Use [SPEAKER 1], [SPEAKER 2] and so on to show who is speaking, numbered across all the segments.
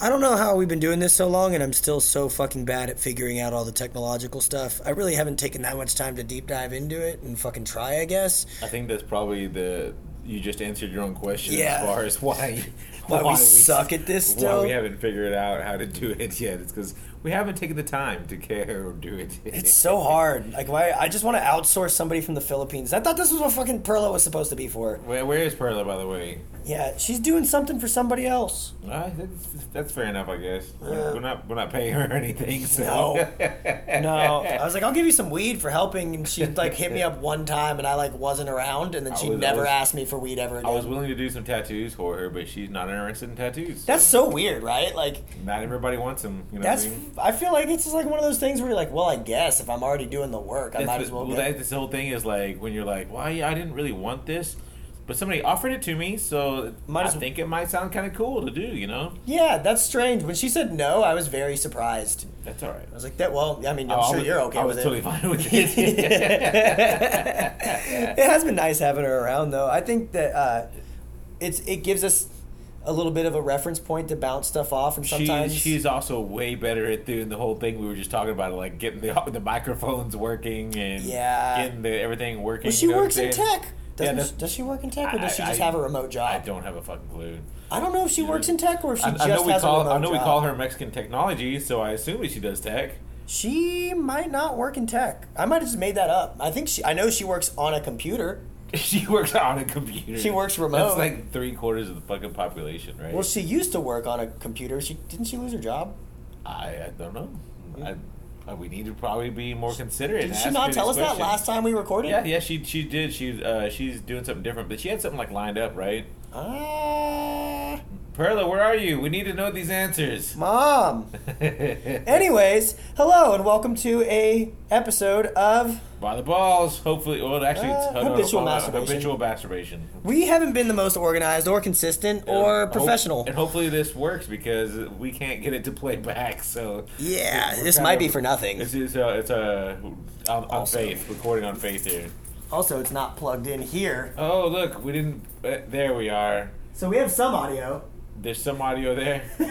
[SPEAKER 1] I don't know how we've been doing this so long, and I'm still so fucking bad at figuring out all the technological stuff. I really haven't taken that much time to deep dive into it and fucking try, I guess.
[SPEAKER 2] I think that's probably the you just answered your own question
[SPEAKER 1] Yeah.
[SPEAKER 2] as far as why
[SPEAKER 1] Why we suck at this
[SPEAKER 2] Why
[SPEAKER 1] still.
[SPEAKER 2] we haven't figured out how to do it yet? It's because we haven't taken the time to care or do it. Yet.
[SPEAKER 1] It's so hard. Like, why? I just want to outsource somebody from the Philippines. I thought this was what fucking Perla was supposed to be for.
[SPEAKER 2] Where, where is Perla, by the way?
[SPEAKER 1] Yeah, she's doing something for somebody else.
[SPEAKER 2] Uh, that's, that's fair enough, I guess. We're, we're not we're not paying her anything, so
[SPEAKER 1] No. No, I was like, I'll give you some weed for helping, and she like hit me up one time, and I like wasn't around, and then she
[SPEAKER 2] I was- I
[SPEAKER 1] never
[SPEAKER 2] was-
[SPEAKER 1] asked me for weed ever
[SPEAKER 2] I
[SPEAKER 1] again.
[SPEAKER 2] was willing to do some tattoos for her, but she's not interested in tattoos.
[SPEAKER 1] That's so weird, right? Like,
[SPEAKER 2] not everybody wants them. You know
[SPEAKER 1] that's.
[SPEAKER 2] what I mean?
[SPEAKER 1] I feel like it's just like one of those things where you're like, well, I guess if I'm already doing the work, I
[SPEAKER 2] That's
[SPEAKER 1] might
[SPEAKER 2] what-
[SPEAKER 1] as well.
[SPEAKER 2] well,
[SPEAKER 1] get-
[SPEAKER 2] that, this whole thing is like when you're like, "Why I didn't really want this, but somebody offered it to me, so
[SPEAKER 1] Might
[SPEAKER 2] I
[SPEAKER 1] as well-
[SPEAKER 2] think it might sound kind of cool to do." You know,
[SPEAKER 1] yeah, that's strange. When she said no, I was very surprised.
[SPEAKER 2] that's all right.
[SPEAKER 1] I was like, that. Well, I mean, I'm
[SPEAKER 2] Oh, I
[SPEAKER 1] sure
[SPEAKER 2] was-
[SPEAKER 1] you're okay
[SPEAKER 2] I
[SPEAKER 1] with
[SPEAKER 2] was
[SPEAKER 1] it.
[SPEAKER 2] totally fine with it.
[SPEAKER 1] it has been nice having her around though i think that uh, it's it gives us a little bit of a reference point to bounce stuff off and
[SPEAKER 2] She's,
[SPEAKER 1] sometimes
[SPEAKER 2] she's also way better at doing the whole thing we were just talking about, like getting the, the microphones working and
[SPEAKER 1] Yeah.
[SPEAKER 2] getting the everything working.
[SPEAKER 1] well, she
[SPEAKER 2] you know what I'm
[SPEAKER 1] works in
[SPEAKER 2] saying?
[SPEAKER 1] tech doesn't,
[SPEAKER 2] that's-
[SPEAKER 1] she, does she work in tech or does she
[SPEAKER 2] I-
[SPEAKER 1] just
[SPEAKER 2] I-
[SPEAKER 1] have a remote job
[SPEAKER 2] I don't have a fucking clue.
[SPEAKER 1] I don't know if she works in tech or if she
[SPEAKER 2] I,
[SPEAKER 1] just
[SPEAKER 2] I know we
[SPEAKER 1] has a
[SPEAKER 2] call
[SPEAKER 1] remote
[SPEAKER 2] I know we
[SPEAKER 1] job.
[SPEAKER 2] call her Mexican technology, so I assume that she does tech.
[SPEAKER 1] she might not work in tech i might have just made that up i think she i know she works on a computer
[SPEAKER 2] She works on a computer.
[SPEAKER 1] She works remote.
[SPEAKER 2] That's like three quarters of the fucking population, right?
[SPEAKER 1] well she used to work on a computer she didn't she lose her job
[SPEAKER 2] I, I don't know. I, I, uh, we need to probably be more considerate.
[SPEAKER 1] did
[SPEAKER 2] and
[SPEAKER 1] she
[SPEAKER 2] ask
[SPEAKER 1] not
[SPEAKER 2] her
[SPEAKER 1] tell us
[SPEAKER 2] these
[SPEAKER 1] that
[SPEAKER 2] questions.
[SPEAKER 1] last time we recorded
[SPEAKER 2] Yeah, yeah, she she did. She uh, she's doing something different, but she had something like lined up, right?
[SPEAKER 1] Ah,
[SPEAKER 2] Perla, where are you? We need to know these answers.
[SPEAKER 1] mom
[SPEAKER 2] By
[SPEAKER 1] Anyways, hello and welcome to a episode of
[SPEAKER 2] the balls, hopefully. Well, actually, it's
[SPEAKER 1] Uh,
[SPEAKER 2] no, no,
[SPEAKER 1] habitual
[SPEAKER 2] hold on,
[SPEAKER 1] masturbation.
[SPEAKER 2] Habitual masturbation.
[SPEAKER 1] we haven't been the most organized or consistent or
[SPEAKER 2] And hope-
[SPEAKER 1] professional.
[SPEAKER 2] and hopefully this works because we can't get it to play back. So
[SPEAKER 1] yeah,
[SPEAKER 2] We're
[SPEAKER 1] this
[SPEAKER 2] kind
[SPEAKER 1] might
[SPEAKER 2] of-
[SPEAKER 1] be for nothing.
[SPEAKER 2] This is uh, it's uh, on, on
[SPEAKER 1] Also-
[SPEAKER 2] faith recording on faith here.
[SPEAKER 1] Also, it's not plugged in here,
[SPEAKER 2] Oh look, we didn't. Uh, there we are.
[SPEAKER 1] so we have some audio.
[SPEAKER 2] There's some audio there.
[SPEAKER 1] Did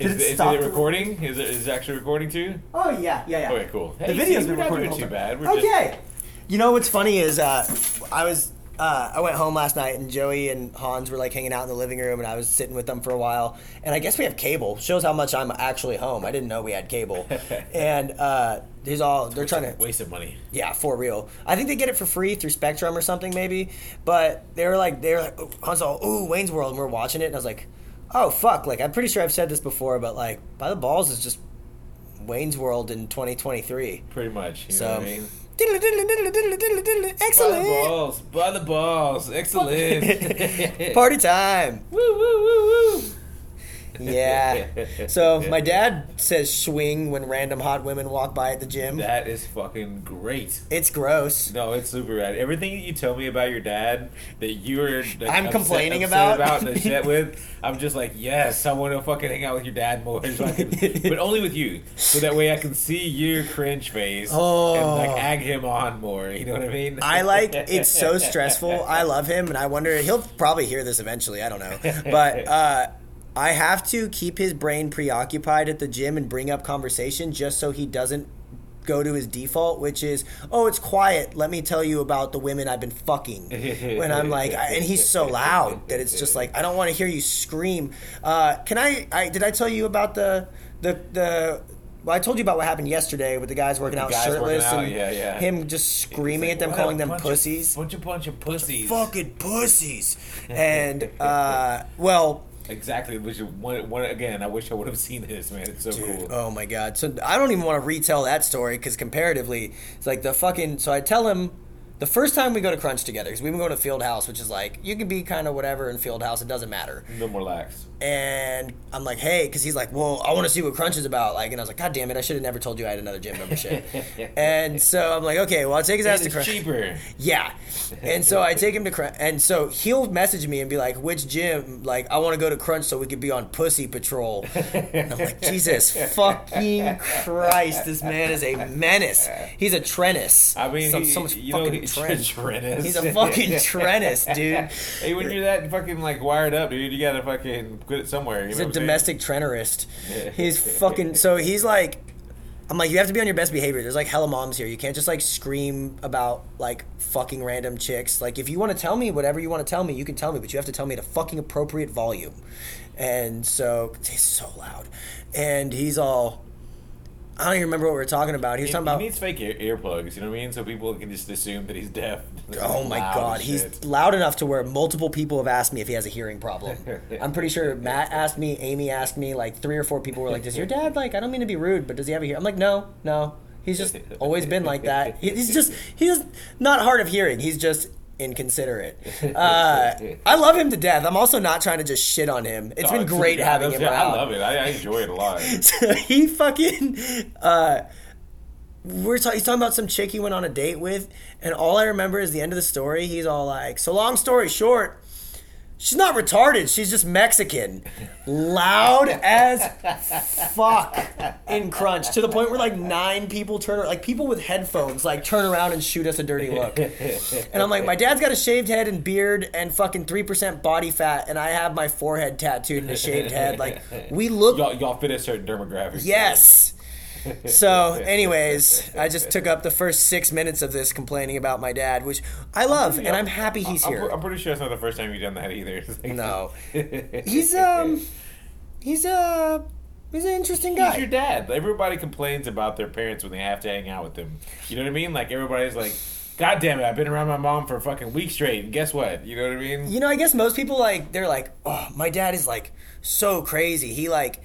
[SPEAKER 2] Is,
[SPEAKER 1] it
[SPEAKER 2] is
[SPEAKER 1] stop
[SPEAKER 2] it
[SPEAKER 1] the-
[SPEAKER 2] recording? Is it is it actually recording too?
[SPEAKER 1] Oh yeah, yeah, yeah.
[SPEAKER 2] Okay, cool.
[SPEAKER 1] The
[SPEAKER 2] Hey,
[SPEAKER 1] video's
[SPEAKER 2] see,
[SPEAKER 1] been
[SPEAKER 2] we're not
[SPEAKER 1] recorded
[SPEAKER 2] doing too
[SPEAKER 1] the whole
[SPEAKER 2] bad.
[SPEAKER 1] time.
[SPEAKER 2] We're just-
[SPEAKER 1] okay. You know what's funny is uh, I was uh, I went home last night and Joey and Hans were like hanging out in the living room and I was sitting with them for a while and I guess we have cable shows how much I'm actually home I didn't know we had cable and uh, he's all they're trying to
[SPEAKER 2] waste of money.
[SPEAKER 1] Yeah, for real. I think they get it for free through Spectrum or something maybe. But they were like, they were like, oh, Hans all, ooh, Wayne's World, and we're watching it, and I was like, oh fuck, like I'm pretty sure I've said this before, but like, by the balls is just Wayne's World in 2023.
[SPEAKER 2] Pretty much. You
[SPEAKER 1] So,
[SPEAKER 2] know what I mean?
[SPEAKER 1] diddle, diddle, diddle, diddle, diddle, diddle,
[SPEAKER 2] By the
[SPEAKER 1] excellent
[SPEAKER 2] balls, by the balls, excellent.
[SPEAKER 1] party time.
[SPEAKER 2] woo woo woo woo.
[SPEAKER 1] Yeah. So my dad says swing when random hot women walk by at the gym.
[SPEAKER 2] That is fucking great.
[SPEAKER 1] It's gross.
[SPEAKER 2] No, it's super rad. Everything that you tell me about your dad that you were like,
[SPEAKER 1] I'm
[SPEAKER 2] upset-
[SPEAKER 1] complaining
[SPEAKER 2] upset
[SPEAKER 1] about.
[SPEAKER 2] and upset with, I'm just like, yes, I want to fucking hang out with your dad more, so I can, but only with you, so that way I can see your cringe face and
[SPEAKER 1] Oh.
[SPEAKER 2] like ag him on more. You know what I mean?
[SPEAKER 1] I like it's so stressful. I love him, and I wonder he'll probably hear this eventually. I don't know, but uh, I have to keep his brain preoccupied at the gym and bring up conversation just so he doesn't go to his default, which is, oh, it's quiet. Let me tell you about the women I've been fucking. When I'm like, I, and he's so loud that it's just like I don't want to hear you scream. Uh, can I, I? Did I tell you about the the the? Well, I told you about what happened yesterday with the guys working out
[SPEAKER 2] guys working
[SPEAKER 1] shirtless
[SPEAKER 2] out,
[SPEAKER 1] and
[SPEAKER 2] yeah, yeah.
[SPEAKER 1] him just screaming at them,
[SPEAKER 2] What a
[SPEAKER 1] calling them
[SPEAKER 2] bunch of-
[SPEAKER 1] pussies.
[SPEAKER 2] bunch of bunch of pussies.
[SPEAKER 1] Fucking pussies. And, uh, well,
[SPEAKER 2] Exactly. Which is one, one again. I wish I would have seen this, man. It's so cool.
[SPEAKER 1] oh my God. So I don't even want to retell that story because comparatively, it's like the fucking. So I tell him the first time we go to Crunch together, because we've been going to Field House, which is like, you can be kind of whatever in Field House, it doesn't matter.
[SPEAKER 2] No more lax.
[SPEAKER 1] And I'm like, hey, because he's like, well, I want to see what Crunch is about. Like, and I was like, God damn it, I should have never told you I had another gym membership. and so I'm like, okay, well, I'll take his ass to
[SPEAKER 2] It's
[SPEAKER 1] Crunch.
[SPEAKER 2] cheaper.
[SPEAKER 1] Yeah. And so I take him to Crunch. And so he'll message me and be like, which gym? Like, I want to go to Crunch so we could be on Pussy Patrol. And I'm like, Jesus fucking Christ, this man is a menace. He's a trennis.
[SPEAKER 2] I mean,
[SPEAKER 1] so,
[SPEAKER 2] he,
[SPEAKER 1] so much
[SPEAKER 2] you know,
[SPEAKER 1] fucking
[SPEAKER 2] he-
[SPEAKER 1] Trench.
[SPEAKER 2] Trennis.
[SPEAKER 1] He's a fucking Trennis, dude.
[SPEAKER 2] hey, when you're that fucking like wired up, dude, you gotta fucking put it somewhere. you
[SPEAKER 1] He's
[SPEAKER 2] know
[SPEAKER 1] a
[SPEAKER 2] what I'm saying?
[SPEAKER 1] domestic trennerist. He's fucking. So he's like, I'm like, you have to be on your best behavior. There's like hella moms here. You can't just like scream about like fucking random chicks. Like, if you want to tell me whatever you want to tell me, you can tell me, but you have to tell me at a fucking appropriate volume. And so he's so loud, and he's all. I don't even remember what we were talking about. He was
[SPEAKER 2] He,
[SPEAKER 1] talking about.
[SPEAKER 2] he needs fake ear- earplugs, you know what I mean? So people can just assume that he's deaf.
[SPEAKER 1] Oh my
[SPEAKER 2] Loud
[SPEAKER 1] god,
[SPEAKER 2] as shit.
[SPEAKER 1] he's loud enough to where multiple people have asked me if he has a hearing problem. I'm pretty sure Matt asked me, Amy asked me, like three or four people were like, "Does your dad like? I don't mean to be rude, but does he have a hearing?" I'm like, "No, no, he's just always been like that. He- He's just he's not hard of hearing. He's just." Inconsiderate. Uh, I love him to death. I'm also not trying to just shit on him. It's
[SPEAKER 2] Oh,
[SPEAKER 1] been great
[SPEAKER 2] yeah,
[SPEAKER 1] having
[SPEAKER 2] that's-
[SPEAKER 1] him
[SPEAKER 2] yeah,
[SPEAKER 1] around
[SPEAKER 2] I love it. I, I enjoy it a lot.
[SPEAKER 1] so he fucking uh we're ta- he's talking about some chick he went on a date with and all i remember is the end of the story he's all like so long story short she's not retarded she's just mexican loud as fuck in crunch to the point where like nine people turn like people with headphones like turn around and shoot us a dirty look and i'm like my dad's got a shaved head and beard and fucking 3% body fat and i have my forehead tattooed and a shaved head like we look
[SPEAKER 2] Y'all, y'all fit a certain demographic.
[SPEAKER 1] Yes. So, anyways, I just took up the first six minutes of this complaining about my dad, which I love, and I'm happy he's
[SPEAKER 2] I'm,
[SPEAKER 1] here.
[SPEAKER 2] I'm pretty sure it's not the first time you've done that either. It's like-
[SPEAKER 1] No, he's um, he's uh, he's an interesting
[SPEAKER 2] He's your
[SPEAKER 1] guy.
[SPEAKER 2] dad. Everybody complains about their parents when they have to hang out with them. You know what I mean? Like everybody's like, "God damn it, I've been around my mom for a fucking week straight." And guess what? You know what I mean?
[SPEAKER 1] You know, I guess most people like they're like, oh, my dad is like so crazy. He like,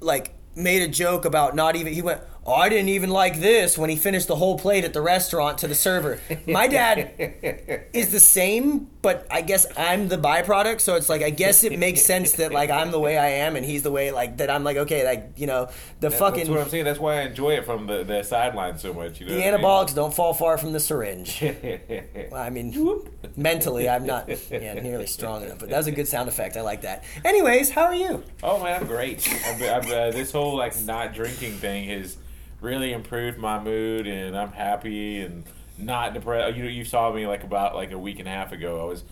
[SPEAKER 1] like made a joke about not even. He went, oh, I didn't even like this when he finished the whole plate at the restaurant to the server. My dad is the same, but I guess I'm the byproduct. So it's like I guess it makes sense that like I'm the way I am, and he's the way like that. I'm like okay, like you know the
[SPEAKER 2] That's
[SPEAKER 1] fucking
[SPEAKER 2] what I'm saying. That's why I enjoy it from the, the sideline so much. You know
[SPEAKER 1] the
[SPEAKER 2] what I mean?
[SPEAKER 1] anabolics don't fall far from the syringe. I mean, mentally, I'm not yeah, nearly strong enough, but that was a good sound effect. I like that. Anyways, how are you?
[SPEAKER 2] Oh man, I'm great. I've, I've, uh, this whole like not drinking thing has really improved my mood, and I'm happy and not depressed. You know, you saw me like about like a week and a half ago. I was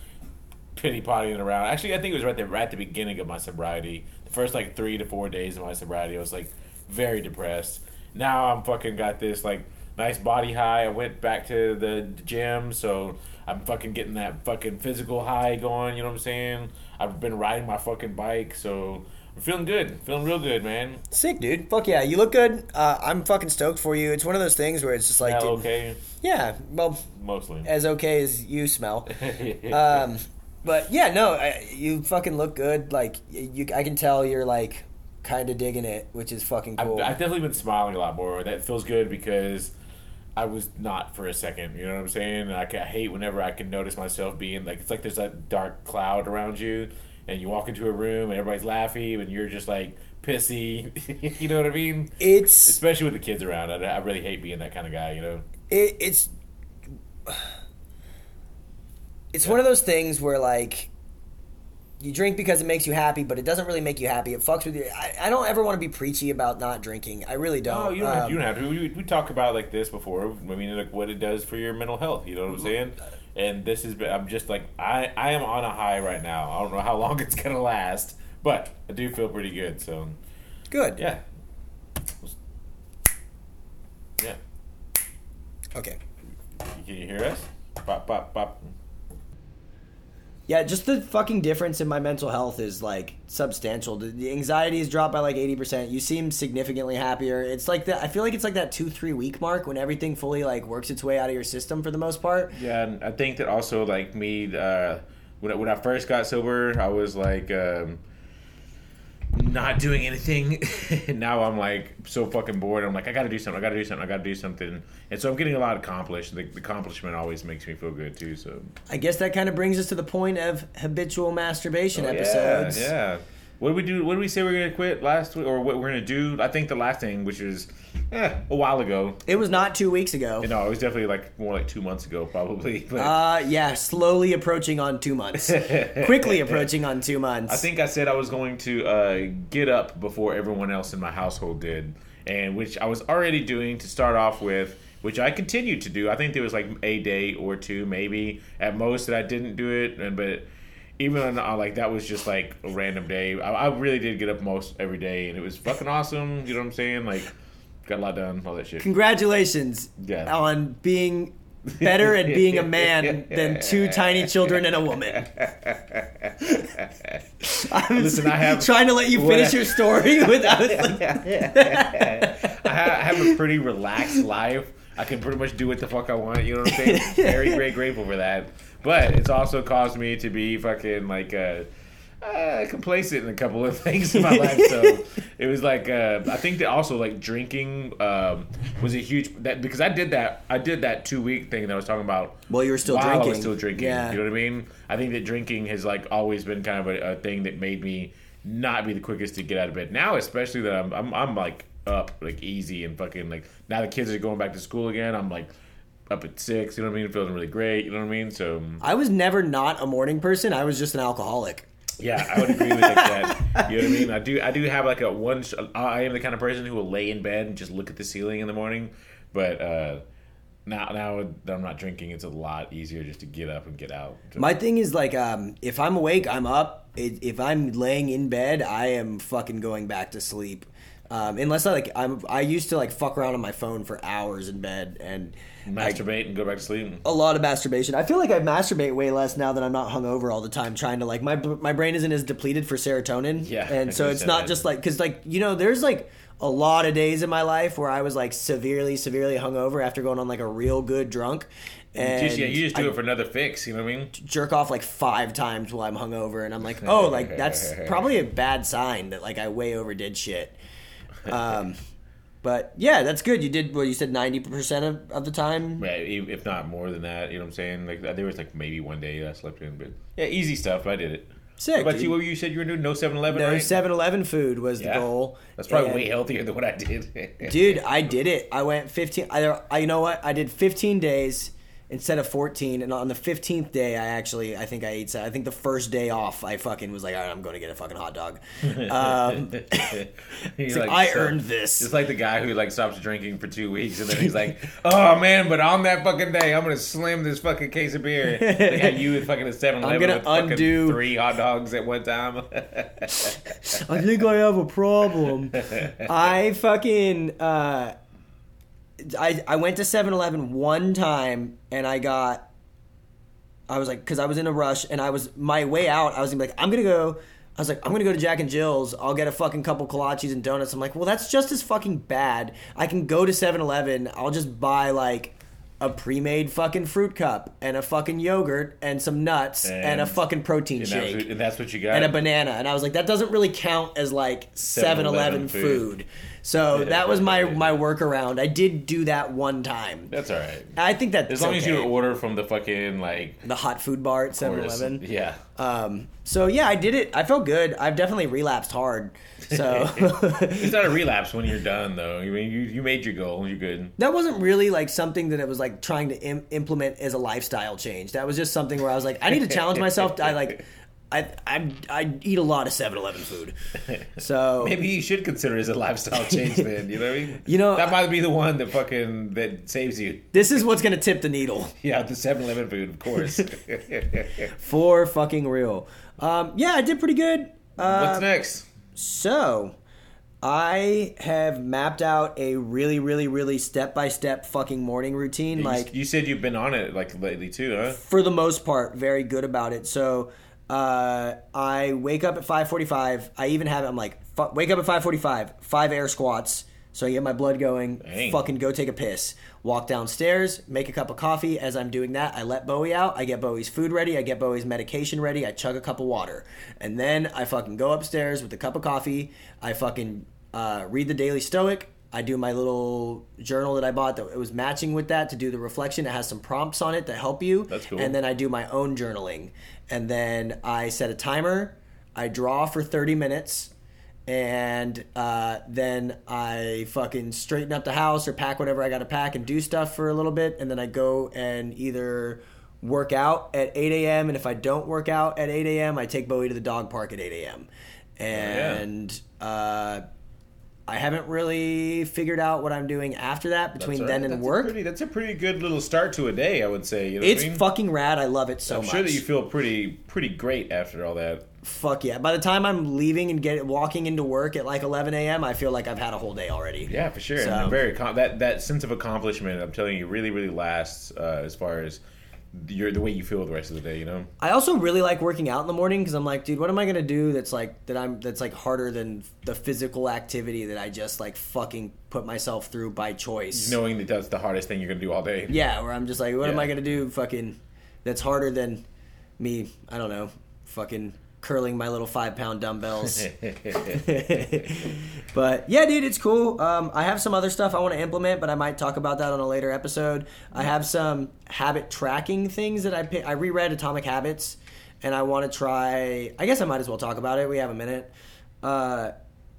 [SPEAKER 2] pity pottying around. Actually, I think it was right there, right at the beginning of my sobriety. The first like three to four days of my sobriety, I was like very depressed. Now I'm fucking got this like nice body high. I went back to the gym, so I'm fucking getting that fucking physical high going. You know what I'm saying? I've been riding my fucking bike, so I'm feeling good. Feeling real good, man.
[SPEAKER 1] Sick, dude. Fuck yeah, you look good. Uh, I'm fucking stoked for you. It's one of those things where it's just like,
[SPEAKER 2] Now
[SPEAKER 1] dude,
[SPEAKER 2] okay,
[SPEAKER 1] yeah, well,
[SPEAKER 2] mostly.
[SPEAKER 1] as okay as you smell. Um, but yeah, no, I, you fucking look good. Like y- you, I can tell you're like kind of digging it, which is fucking
[SPEAKER 2] I've,
[SPEAKER 1] cool.
[SPEAKER 2] I've definitely been smiling a lot more. That feels good because I was not for a second. You know what I'm saying? And I, ca- I hate whenever I can notice myself being like it's like there's that dark cloud around you, and you walk into a room and everybody's laughing, and you're just like pissy. you know what I mean?
[SPEAKER 1] it's
[SPEAKER 2] Especially with the kids around, I, I really hate being that kind of guy. You know?
[SPEAKER 1] it, it's it's one of those things where like you drink because it makes you happy, but it doesn't really make you happy. It fucks with you. I, I don't ever want to be preachy about not drinking. I really don't.
[SPEAKER 2] Oh, you don't, have,
[SPEAKER 1] Um,
[SPEAKER 2] you don't have to. We, we talked about like this before. I mean, like what it does for your mental health. You know what I'm saying? And this is. I'm just like I. I am on a high right now. I don't know how long it's gonna last, but I do feel pretty good. So
[SPEAKER 1] Good.
[SPEAKER 2] yeah, yeah.
[SPEAKER 1] Okay.
[SPEAKER 2] Can you hear us? Pop, pop, pop.
[SPEAKER 1] Yeah, just the fucking difference in my mental health is like substantial. The, the anxiety is dropped by like eighty percent. You seem significantly happier. It's like that. I feel like it's like that two three week mark when everything fully like works its way out of your system for the most part.
[SPEAKER 2] Yeah, and I think that also like me, uh, when I, when I first got sober, I was like um, not doing anything. now I'm like so fucking bored. I'm like I got to do something. I got to do something. I got to do something. And so I'm getting a lot accomplished. The, the accomplishment always makes me feel good too. So
[SPEAKER 1] I guess that kind of brings us to the point of habitual masturbation episodes.
[SPEAKER 2] Oh, Yeah, yeah. What did we do? What did we say we are gonna quit last week, or what we're gonna do? I think the last thing, which is eh, a while ago.
[SPEAKER 1] It was not two weeks ago.
[SPEAKER 2] No, it was definitely like more like two months ago, probably. But
[SPEAKER 1] Uh, yeah, slowly approaching on two months. Quickly approaching on two months.
[SPEAKER 2] I think I said I was going to uh, get up before everyone else in my household did, and which I was already doing to start off with, which I continued to do. I think there was like a day or two, maybe at most that I didn't do it, and but even on, uh, like that was just like a random day. I, I really did get up most every day, and it was fucking awesome. You know what I'm saying? Like got a lot done, all that shit.
[SPEAKER 1] Congratulations
[SPEAKER 2] Yeah.
[SPEAKER 1] on being better at being a man than two tiny children and a woman. I was
[SPEAKER 2] Listen, I have-
[SPEAKER 1] trying to let you
[SPEAKER 2] what
[SPEAKER 1] finish
[SPEAKER 2] I-
[SPEAKER 1] your story without.
[SPEAKER 2] I, ha- I have a pretty relaxed life. I can pretty much do what the fuck I want. You know what I'm saying? Very, very grateful for that. But it's also caused me to be fucking like uh, uh, complacent in a couple of things in my life. So it was like uh, I think that also like drinking um, was a huge that because I did that I did that two week thing that I was talking about.
[SPEAKER 1] Well, you were still
[SPEAKER 2] while I
[SPEAKER 1] drinking.
[SPEAKER 2] was still drinking.
[SPEAKER 1] Yeah.
[SPEAKER 2] You know what I mean? I think that drinking has like always been kind of a, a thing that made me not be the quickest to get out of bed. Now, especially that I'm, I'm, I'm like up like easy and fucking like now the kids are going back to school again. I'm like up at six. You know what I mean? Feeling really great. You know what I mean? So um,
[SPEAKER 1] I was never not a morning person. I was just an alcoholic.
[SPEAKER 2] yeah, I would agree with like that. You know what I mean? I do. I do have like a one. I am the kind of person who will lay in bed and just look at the ceiling in the morning. But uh now, now that I'm not drinking, it's a lot easier just to get up and get out.
[SPEAKER 1] My thing is like, um, if I'm awake, I'm up. I- If I'm laying in bed, I am fucking going back to sleep. Um, unless I like, I'm I used to like fuck around on my phone for hours in bed and like,
[SPEAKER 2] masturbate and go back to sleep.
[SPEAKER 1] a lot of masturbation. I feel like I masturbate way less now that I'm not hungover all the time. Trying to like my my brain isn't as depleted for serotonin.
[SPEAKER 2] Yeah, I
[SPEAKER 1] and so
[SPEAKER 2] can
[SPEAKER 1] it's
[SPEAKER 2] understand
[SPEAKER 1] not
[SPEAKER 2] that.
[SPEAKER 1] just like because like you know there's like a lot of days in my life where I was like severely severely hungover after going on like a real good drunk. And
[SPEAKER 2] just, yeah, you just
[SPEAKER 1] I
[SPEAKER 2] do it for another fix. You know what I mean?
[SPEAKER 1] jerk off like five times while I'm hungover, and I'm like, oh, like that's probably a bad sign that like I way overdid shit. Um, but yeah, that's good. You did well. You said ninety percent of, of the time.
[SPEAKER 2] Yeah, e, if if not more than that, you know what I'm saying? Like there was like maybe one day I slept in, but yeah, easy stuff. I did it.
[SPEAKER 1] Sick,
[SPEAKER 2] But
[SPEAKER 1] dude.
[SPEAKER 2] you, what you said you were doing no 7-Eleven,
[SPEAKER 1] No
[SPEAKER 2] right?
[SPEAKER 1] 7-Eleven food was
[SPEAKER 2] Yeah.
[SPEAKER 1] the goal.
[SPEAKER 2] That's probably
[SPEAKER 1] And-
[SPEAKER 2] way healthier than what I did.
[SPEAKER 1] Dude, I did it. I went 15 I, I you know what? I did 15 days instead of 14 and on the 15th day I actually I think I ate I think the first day off I fucking was like, "All right, I'm going to get a fucking hot dog." Um,
[SPEAKER 2] He's
[SPEAKER 1] like, I earned this.
[SPEAKER 2] It's like the guy who like stops drinking for two weeks and then he's like, "Oh man, but on that fucking day, I'm gonna slam this fucking case of beer." Like how you with fucking a 7-Eleven
[SPEAKER 1] I'm gonna
[SPEAKER 2] with fucking
[SPEAKER 1] undo-
[SPEAKER 2] three hot dogs at one time.
[SPEAKER 1] I think I have a problem. I fucking uh, I I went to 7-Eleven one time and I got I was like cuz I was in a rush and I was my way out I was gonna be like I'm going to go I was like I'm going to go to Jack and Jill's I'll get a fucking couple kolaches and donuts. I'm like, "Well, that's just as fucking bad. I can go to 7-Eleven. I'll just buy like a pre-made fucking fruit cup and a fucking yogurt and some nuts and, a
[SPEAKER 2] And-
[SPEAKER 1] fucking protein
[SPEAKER 2] and,
[SPEAKER 1] shake
[SPEAKER 2] that's what, and that's what you got.
[SPEAKER 1] and a banana. And I was like, that doesn't really count as like 7 Eleven
[SPEAKER 2] 7-Eleven
[SPEAKER 1] food.
[SPEAKER 2] food.
[SPEAKER 1] So that was my, my workaround. I did do that one time.
[SPEAKER 2] that's all right.
[SPEAKER 1] I think that's
[SPEAKER 2] As long as you
[SPEAKER 1] okay.
[SPEAKER 2] order from the fucking like
[SPEAKER 1] the hot food bar at 7
[SPEAKER 2] Or just-
[SPEAKER 1] Eleven.
[SPEAKER 2] Yeah.
[SPEAKER 1] Um, so yeah, I did it. I felt good. I've definitely relapsed hard. So
[SPEAKER 2] It's not a relapse when you're done, though. You mean you, you made your goal. You're good.
[SPEAKER 1] that wasn't really like something that I was like trying to Im- implement as a lifestyle change. That was just something where I was like, I need to challenge myself. I like, I, I, I eat a lot of 7 Eleven food. So
[SPEAKER 2] Maybe you should consider it as a lifestyle change, then. You know what I mean?
[SPEAKER 1] You know,
[SPEAKER 2] that
[SPEAKER 1] I-
[SPEAKER 2] might be the one that fucking that saves you.
[SPEAKER 1] this is what's going to tip the needle.
[SPEAKER 2] Yeah, the 7-Eleven food, of course.
[SPEAKER 1] For fucking real. Um, yeah, I did pretty good. Uh,
[SPEAKER 2] What's next?
[SPEAKER 1] so, I have mapped out a really, really, really step by step fucking morning routine. Like,
[SPEAKER 2] you, you said you've been on it like lately too, huh?
[SPEAKER 1] for the most part, very good about it. So, uh, I wake up at 5:45. I even have it. I'm like, fu- wake up at 5:45. Five air squats. So I get my blood going.
[SPEAKER 2] Dang.
[SPEAKER 1] Fucking go take a piss. Walk downstairs, make a cup of coffee. As I'm doing that, I let Bowie out. I get Bowie's food ready. I get Bowie's medication ready. I chug a cup of water, and then I fucking go upstairs with a cup of coffee. I fucking uh, read the Daily Stoic. I do my little journal that I bought that it was matching with that to do the reflection. It has some prompts on it that help you.
[SPEAKER 2] That's cool.
[SPEAKER 1] And then I do my own journaling, and then I set a timer. I draw for thirty minutes, and uh, then I fucking straighten up the house or pack whatever I got to pack and do stuff for a little bit, and then I go and either work out at eight a.m. and if I don't work out at eight
[SPEAKER 2] Oh,
[SPEAKER 1] a.m., I take Bowie to the dog park at eight a.m. and uh, I haven't really figured out what I'm doing after that between
[SPEAKER 2] all
[SPEAKER 1] then
[SPEAKER 2] right.
[SPEAKER 1] and
[SPEAKER 2] That's a
[SPEAKER 1] work.
[SPEAKER 2] pretty- that's a pretty good little start to a day, I would say. You know what I
[SPEAKER 1] it's
[SPEAKER 2] mean?
[SPEAKER 1] fucking rad. I love it so
[SPEAKER 2] I'm
[SPEAKER 1] much.
[SPEAKER 2] sure that you feel pretty pretty great after all that.
[SPEAKER 1] Fuck yeah! By the time I'm leaving and get walking into work at like 11 a.m., I feel like I've had a whole day already.
[SPEAKER 2] Yeah, for sure.
[SPEAKER 1] So-
[SPEAKER 2] And very com- that that sense of accomplishment, I'm telling you, really really lasts uh, as far as your the way you feel the rest of the day. You know,
[SPEAKER 1] I also really like working out in the morning because I'm like, dude, what am I gonna do that's like that I'm that's like harder than the physical activity that I just like fucking put myself through by choice.
[SPEAKER 2] knowing that that's the hardest thing you're gonna do all day.
[SPEAKER 1] Yeah, where I'm just like, what am
[SPEAKER 2] Yeah.
[SPEAKER 1] I gonna do? Fucking, that's harder than me. I don't know. Fucking curling my little five pound dumbbells. but yeah, dude, it's cool. Um, I have some other stuff I want to implement, but I might talk about that on a later episode. I have some habit tracking things that I pi- I reread Atomic Habits, and I want to try. I guess I might as well talk about it. We have a minute. Uh,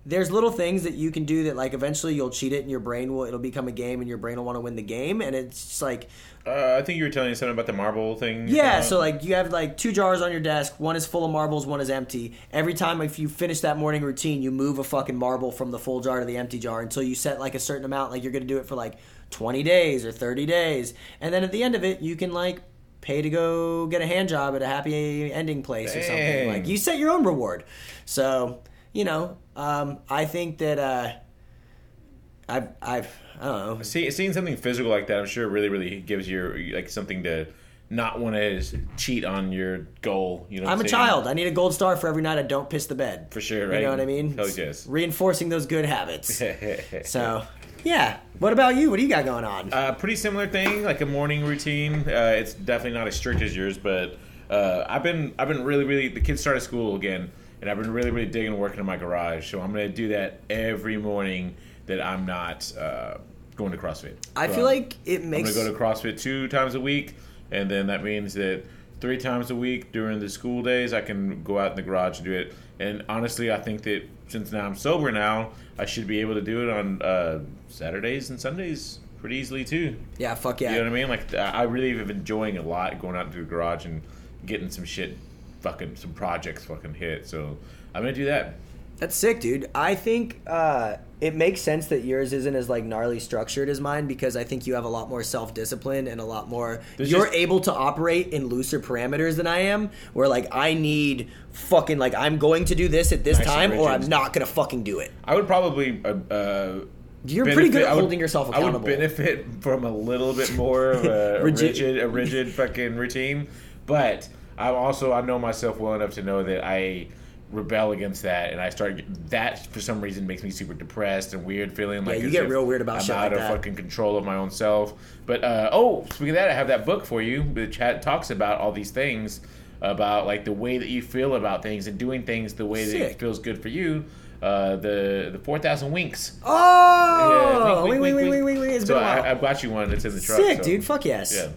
[SPEAKER 1] there's little things that you can do that like eventually you'll cheat it and your brain will it'll become a game and your brain will want to win the game and it's just like
[SPEAKER 2] Uh, I think you were telling me something about the marble thing.
[SPEAKER 1] yeah,
[SPEAKER 2] uh,
[SPEAKER 1] so like you have like two jars on your desk. One is full of marbles, one is empty. Every time if you finish that morning routine, you move a fucking marble from the full jar to the empty jar until you set like a certain amount. Like you're gonna do it for like 20 days or 30 days, and then at the end of it, you can like pay to go get a hand job at a happy ending place or something.
[SPEAKER 2] Dang.
[SPEAKER 1] Like you set your own reward. So you know, um, I think that uh, I've I've I don't know.
[SPEAKER 2] see, seeing something physical like that, I'm sure really really gives you like something to not want to cheat on your goal. You know, what
[SPEAKER 1] I'm a
[SPEAKER 2] saying?
[SPEAKER 1] child. I need a gold star for every night I don't piss the bed.
[SPEAKER 2] for sure.
[SPEAKER 1] You
[SPEAKER 2] Right?
[SPEAKER 1] know what I mean?
[SPEAKER 2] Hell yes.
[SPEAKER 1] Reinforcing those good habits. so, yeah. What about you? What do you got going on?
[SPEAKER 2] Uh, pretty similar thing, like a morning routine. Uh, it's definitely not as strict as yours, but uh, I've been I've been really really the kids started school again, and I've been really really digging working in my garage. So I'm gonna do that every morning that I'm not uh, going to CrossFit.
[SPEAKER 1] I
[SPEAKER 2] So
[SPEAKER 1] feel
[SPEAKER 2] I'm-
[SPEAKER 1] like it
[SPEAKER 2] I'm
[SPEAKER 1] makes.
[SPEAKER 2] gonna go to CrossFit two times a week, and then that means that three times a week during the school days I can go out in the garage and do it. And honestly, I think that since now I'm sober now, I should be able to do it on uh, Saturdays and Sundays pretty easily too.
[SPEAKER 1] yeah, fuck yeah.
[SPEAKER 2] You know what I mean? Like I I really have been enjoying a lot going out to the garage and getting some shit, fucking some projects fucking hit. So I'm gonna do that.
[SPEAKER 1] That's sick, dude. I think uh, it makes sense that yours isn't as like gnarly structured as mine because I think you have a lot more self discipline and a lot more.
[SPEAKER 2] There's
[SPEAKER 1] you're
[SPEAKER 2] just-
[SPEAKER 1] able to operate in looser parameters than I am. Where like I need fucking like I'm going to do this at this
[SPEAKER 2] Nice and
[SPEAKER 1] time or I'm
[SPEAKER 2] rigid.
[SPEAKER 1] not gonna fucking do it.
[SPEAKER 2] I would probably. Uh, uh,
[SPEAKER 1] You're pretty good
[SPEAKER 2] benefit-
[SPEAKER 1] at
[SPEAKER 2] I would-
[SPEAKER 1] holding yourself accountable.
[SPEAKER 2] I would benefit from a little bit more of a, a
[SPEAKER 1] Rigid-
[SPEAKER 2] rigid, a rigid fucking routine, but I'm also I know myself well enough to know that I rebel against that, and I start that for some reason makes me super depressed and weird feeling. Like
[SPEAKER 1] you
[SPEAKER 2] as
[SPEAKER 1] get
[SPEAKER 2] if
[SPEAKER 1] real weird about
[SPEAKER 2] I'm
[SPEAKER 1] shit
[SPEAKER 2] out
[SPEAKER 1] like
[SPEAKER 2] of
[SPEAKER 1] that.
[SPEAKER 2] fucking control of my own self. But uh, oh, speaking of that, I have that book for you, which ha- talks about all these things about like the way that you feel about things and doing things the way that
[SPEAKER 1] Sick.
[SPEAKER 2] it feels good for you. Uh, the the four thousand winks.
[SPEAKER 1] Oh, wait, wait, wait, wait, wait, wait! It's
[SPEAKER 2] So
[SPEAKER 1] been a while.
[SPEAKER 2] I, I've got you one. It's in the truck.
[SPEAKER 1] Sick,
[SPEAKER 2] so-
[SPEAKER 1] dude. Fuck yes.
[SPEAKER 2] Yeah.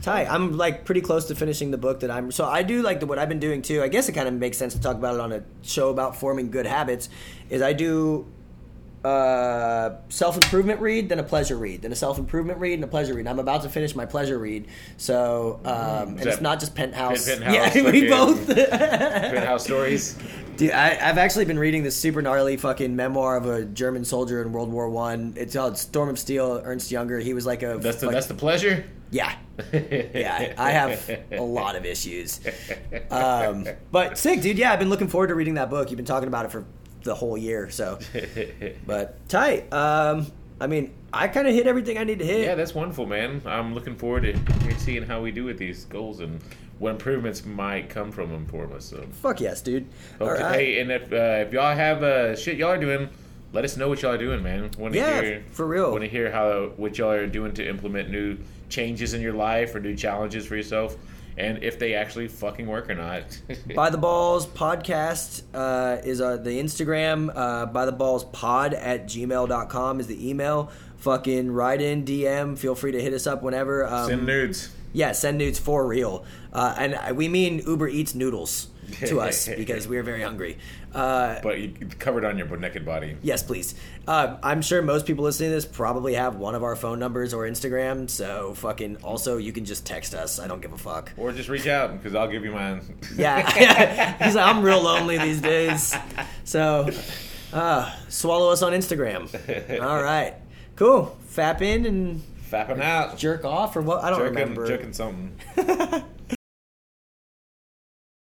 [SPEAKER 1] Ty, I'm like pretty close to finishing the book that I'm. So I do like the, what I've been doing too. I guess it kind of makes sense to talk about it on a show about forming good habits. Is I do uh, self improvement read, then a pleasure read, then a self improvement read, and a pleasure read. And I'm about to finish my pleasure read, so um, and
[SPEAKER 2] Mm. that
[SPEAKER 1] it's not just penthouse.
[SPEAKER 2] Pen- Penthouse,
[SPEAKER 1] yeah, we
[SPEAKER 2] fucking-
[SPEAKER 1] both.
[SPEAKER 2] Penthouse stories.
[SPEAKER 1] Dude, I, I've actually been reading this super gnarly fucking memoir of a German soldier in World War One. It's called Storm of Steel. Ernst Younger. He was like a
[SPEAKER 2] That's the
[SPEAKER 1] fuck-
[SPEAKER 2] that's the pleasure.
[SPEAKER 1] yeah, yeah. I have a lot of issues, um, but sick, dude. Yeah, I've been looking forward to reading that book. You've been talking about it for the whole year, so. But tight. Um, I mean, I kind of hit everything I need to hit.
[SPEAKER 2] yeah, that's wonderful, man. I'm looking forward to seeing how we do with these goals and what improvements might come from them for us. So.
[SPEAKER 1] Fuck yes, dude. All
[SPEAKER 2] Okay.
[SPEAKER 1] right.
[SPEAKER 2] Hey, and if uh, if y'all have uh, shit y'all are doing, let us know what y'all are doing, man. Want to
[SPEAKER 1] Yeah,
[SPEAKER 2] hear
[SPEAKER 1] for real.
[SPEAKER 2] Want to hear how what y'all are doing to implement new changes in your life or new challenges for yourself, and if they actually fucking work or not.
[SPEAKER 1] By the Balls podcast uh, is uh, the Instagram. Uh, by the Balls pod at gmail.com is the email. Fucking write in, DM. Feel free to hit us up whenever. Um,
[SPEAKER 2] Send nudes.
[SPEAKER 1] yeah, send nudes for real. Uh, and I- we mean Uber Eats noodles to us because we are very hungry. Uh,
[SPEAKER 2] But you you covered on your naked body.
[SPEAKER 1] yes, please. Uh, I'm sure most people listening to this probably have one of our phone numbers or Instagram. So fucking also, you can just text us. I don't give a fuck.
[SPEAKER 2] Or just reach out because I'll give you mine.
[SPEAKER 1] Yeah, he's like, I'm real lonely these days. So, Uh, swallow us on Instagram. All right. Cool. Fap in and
[SPEAKER 3] Fapping out.
[SPEAKER 1] jerk off or what? I don't
[SPEAKER 3] Jerking,
[SPEAKER 1] remember.
[SPEAKER 3] jerking something.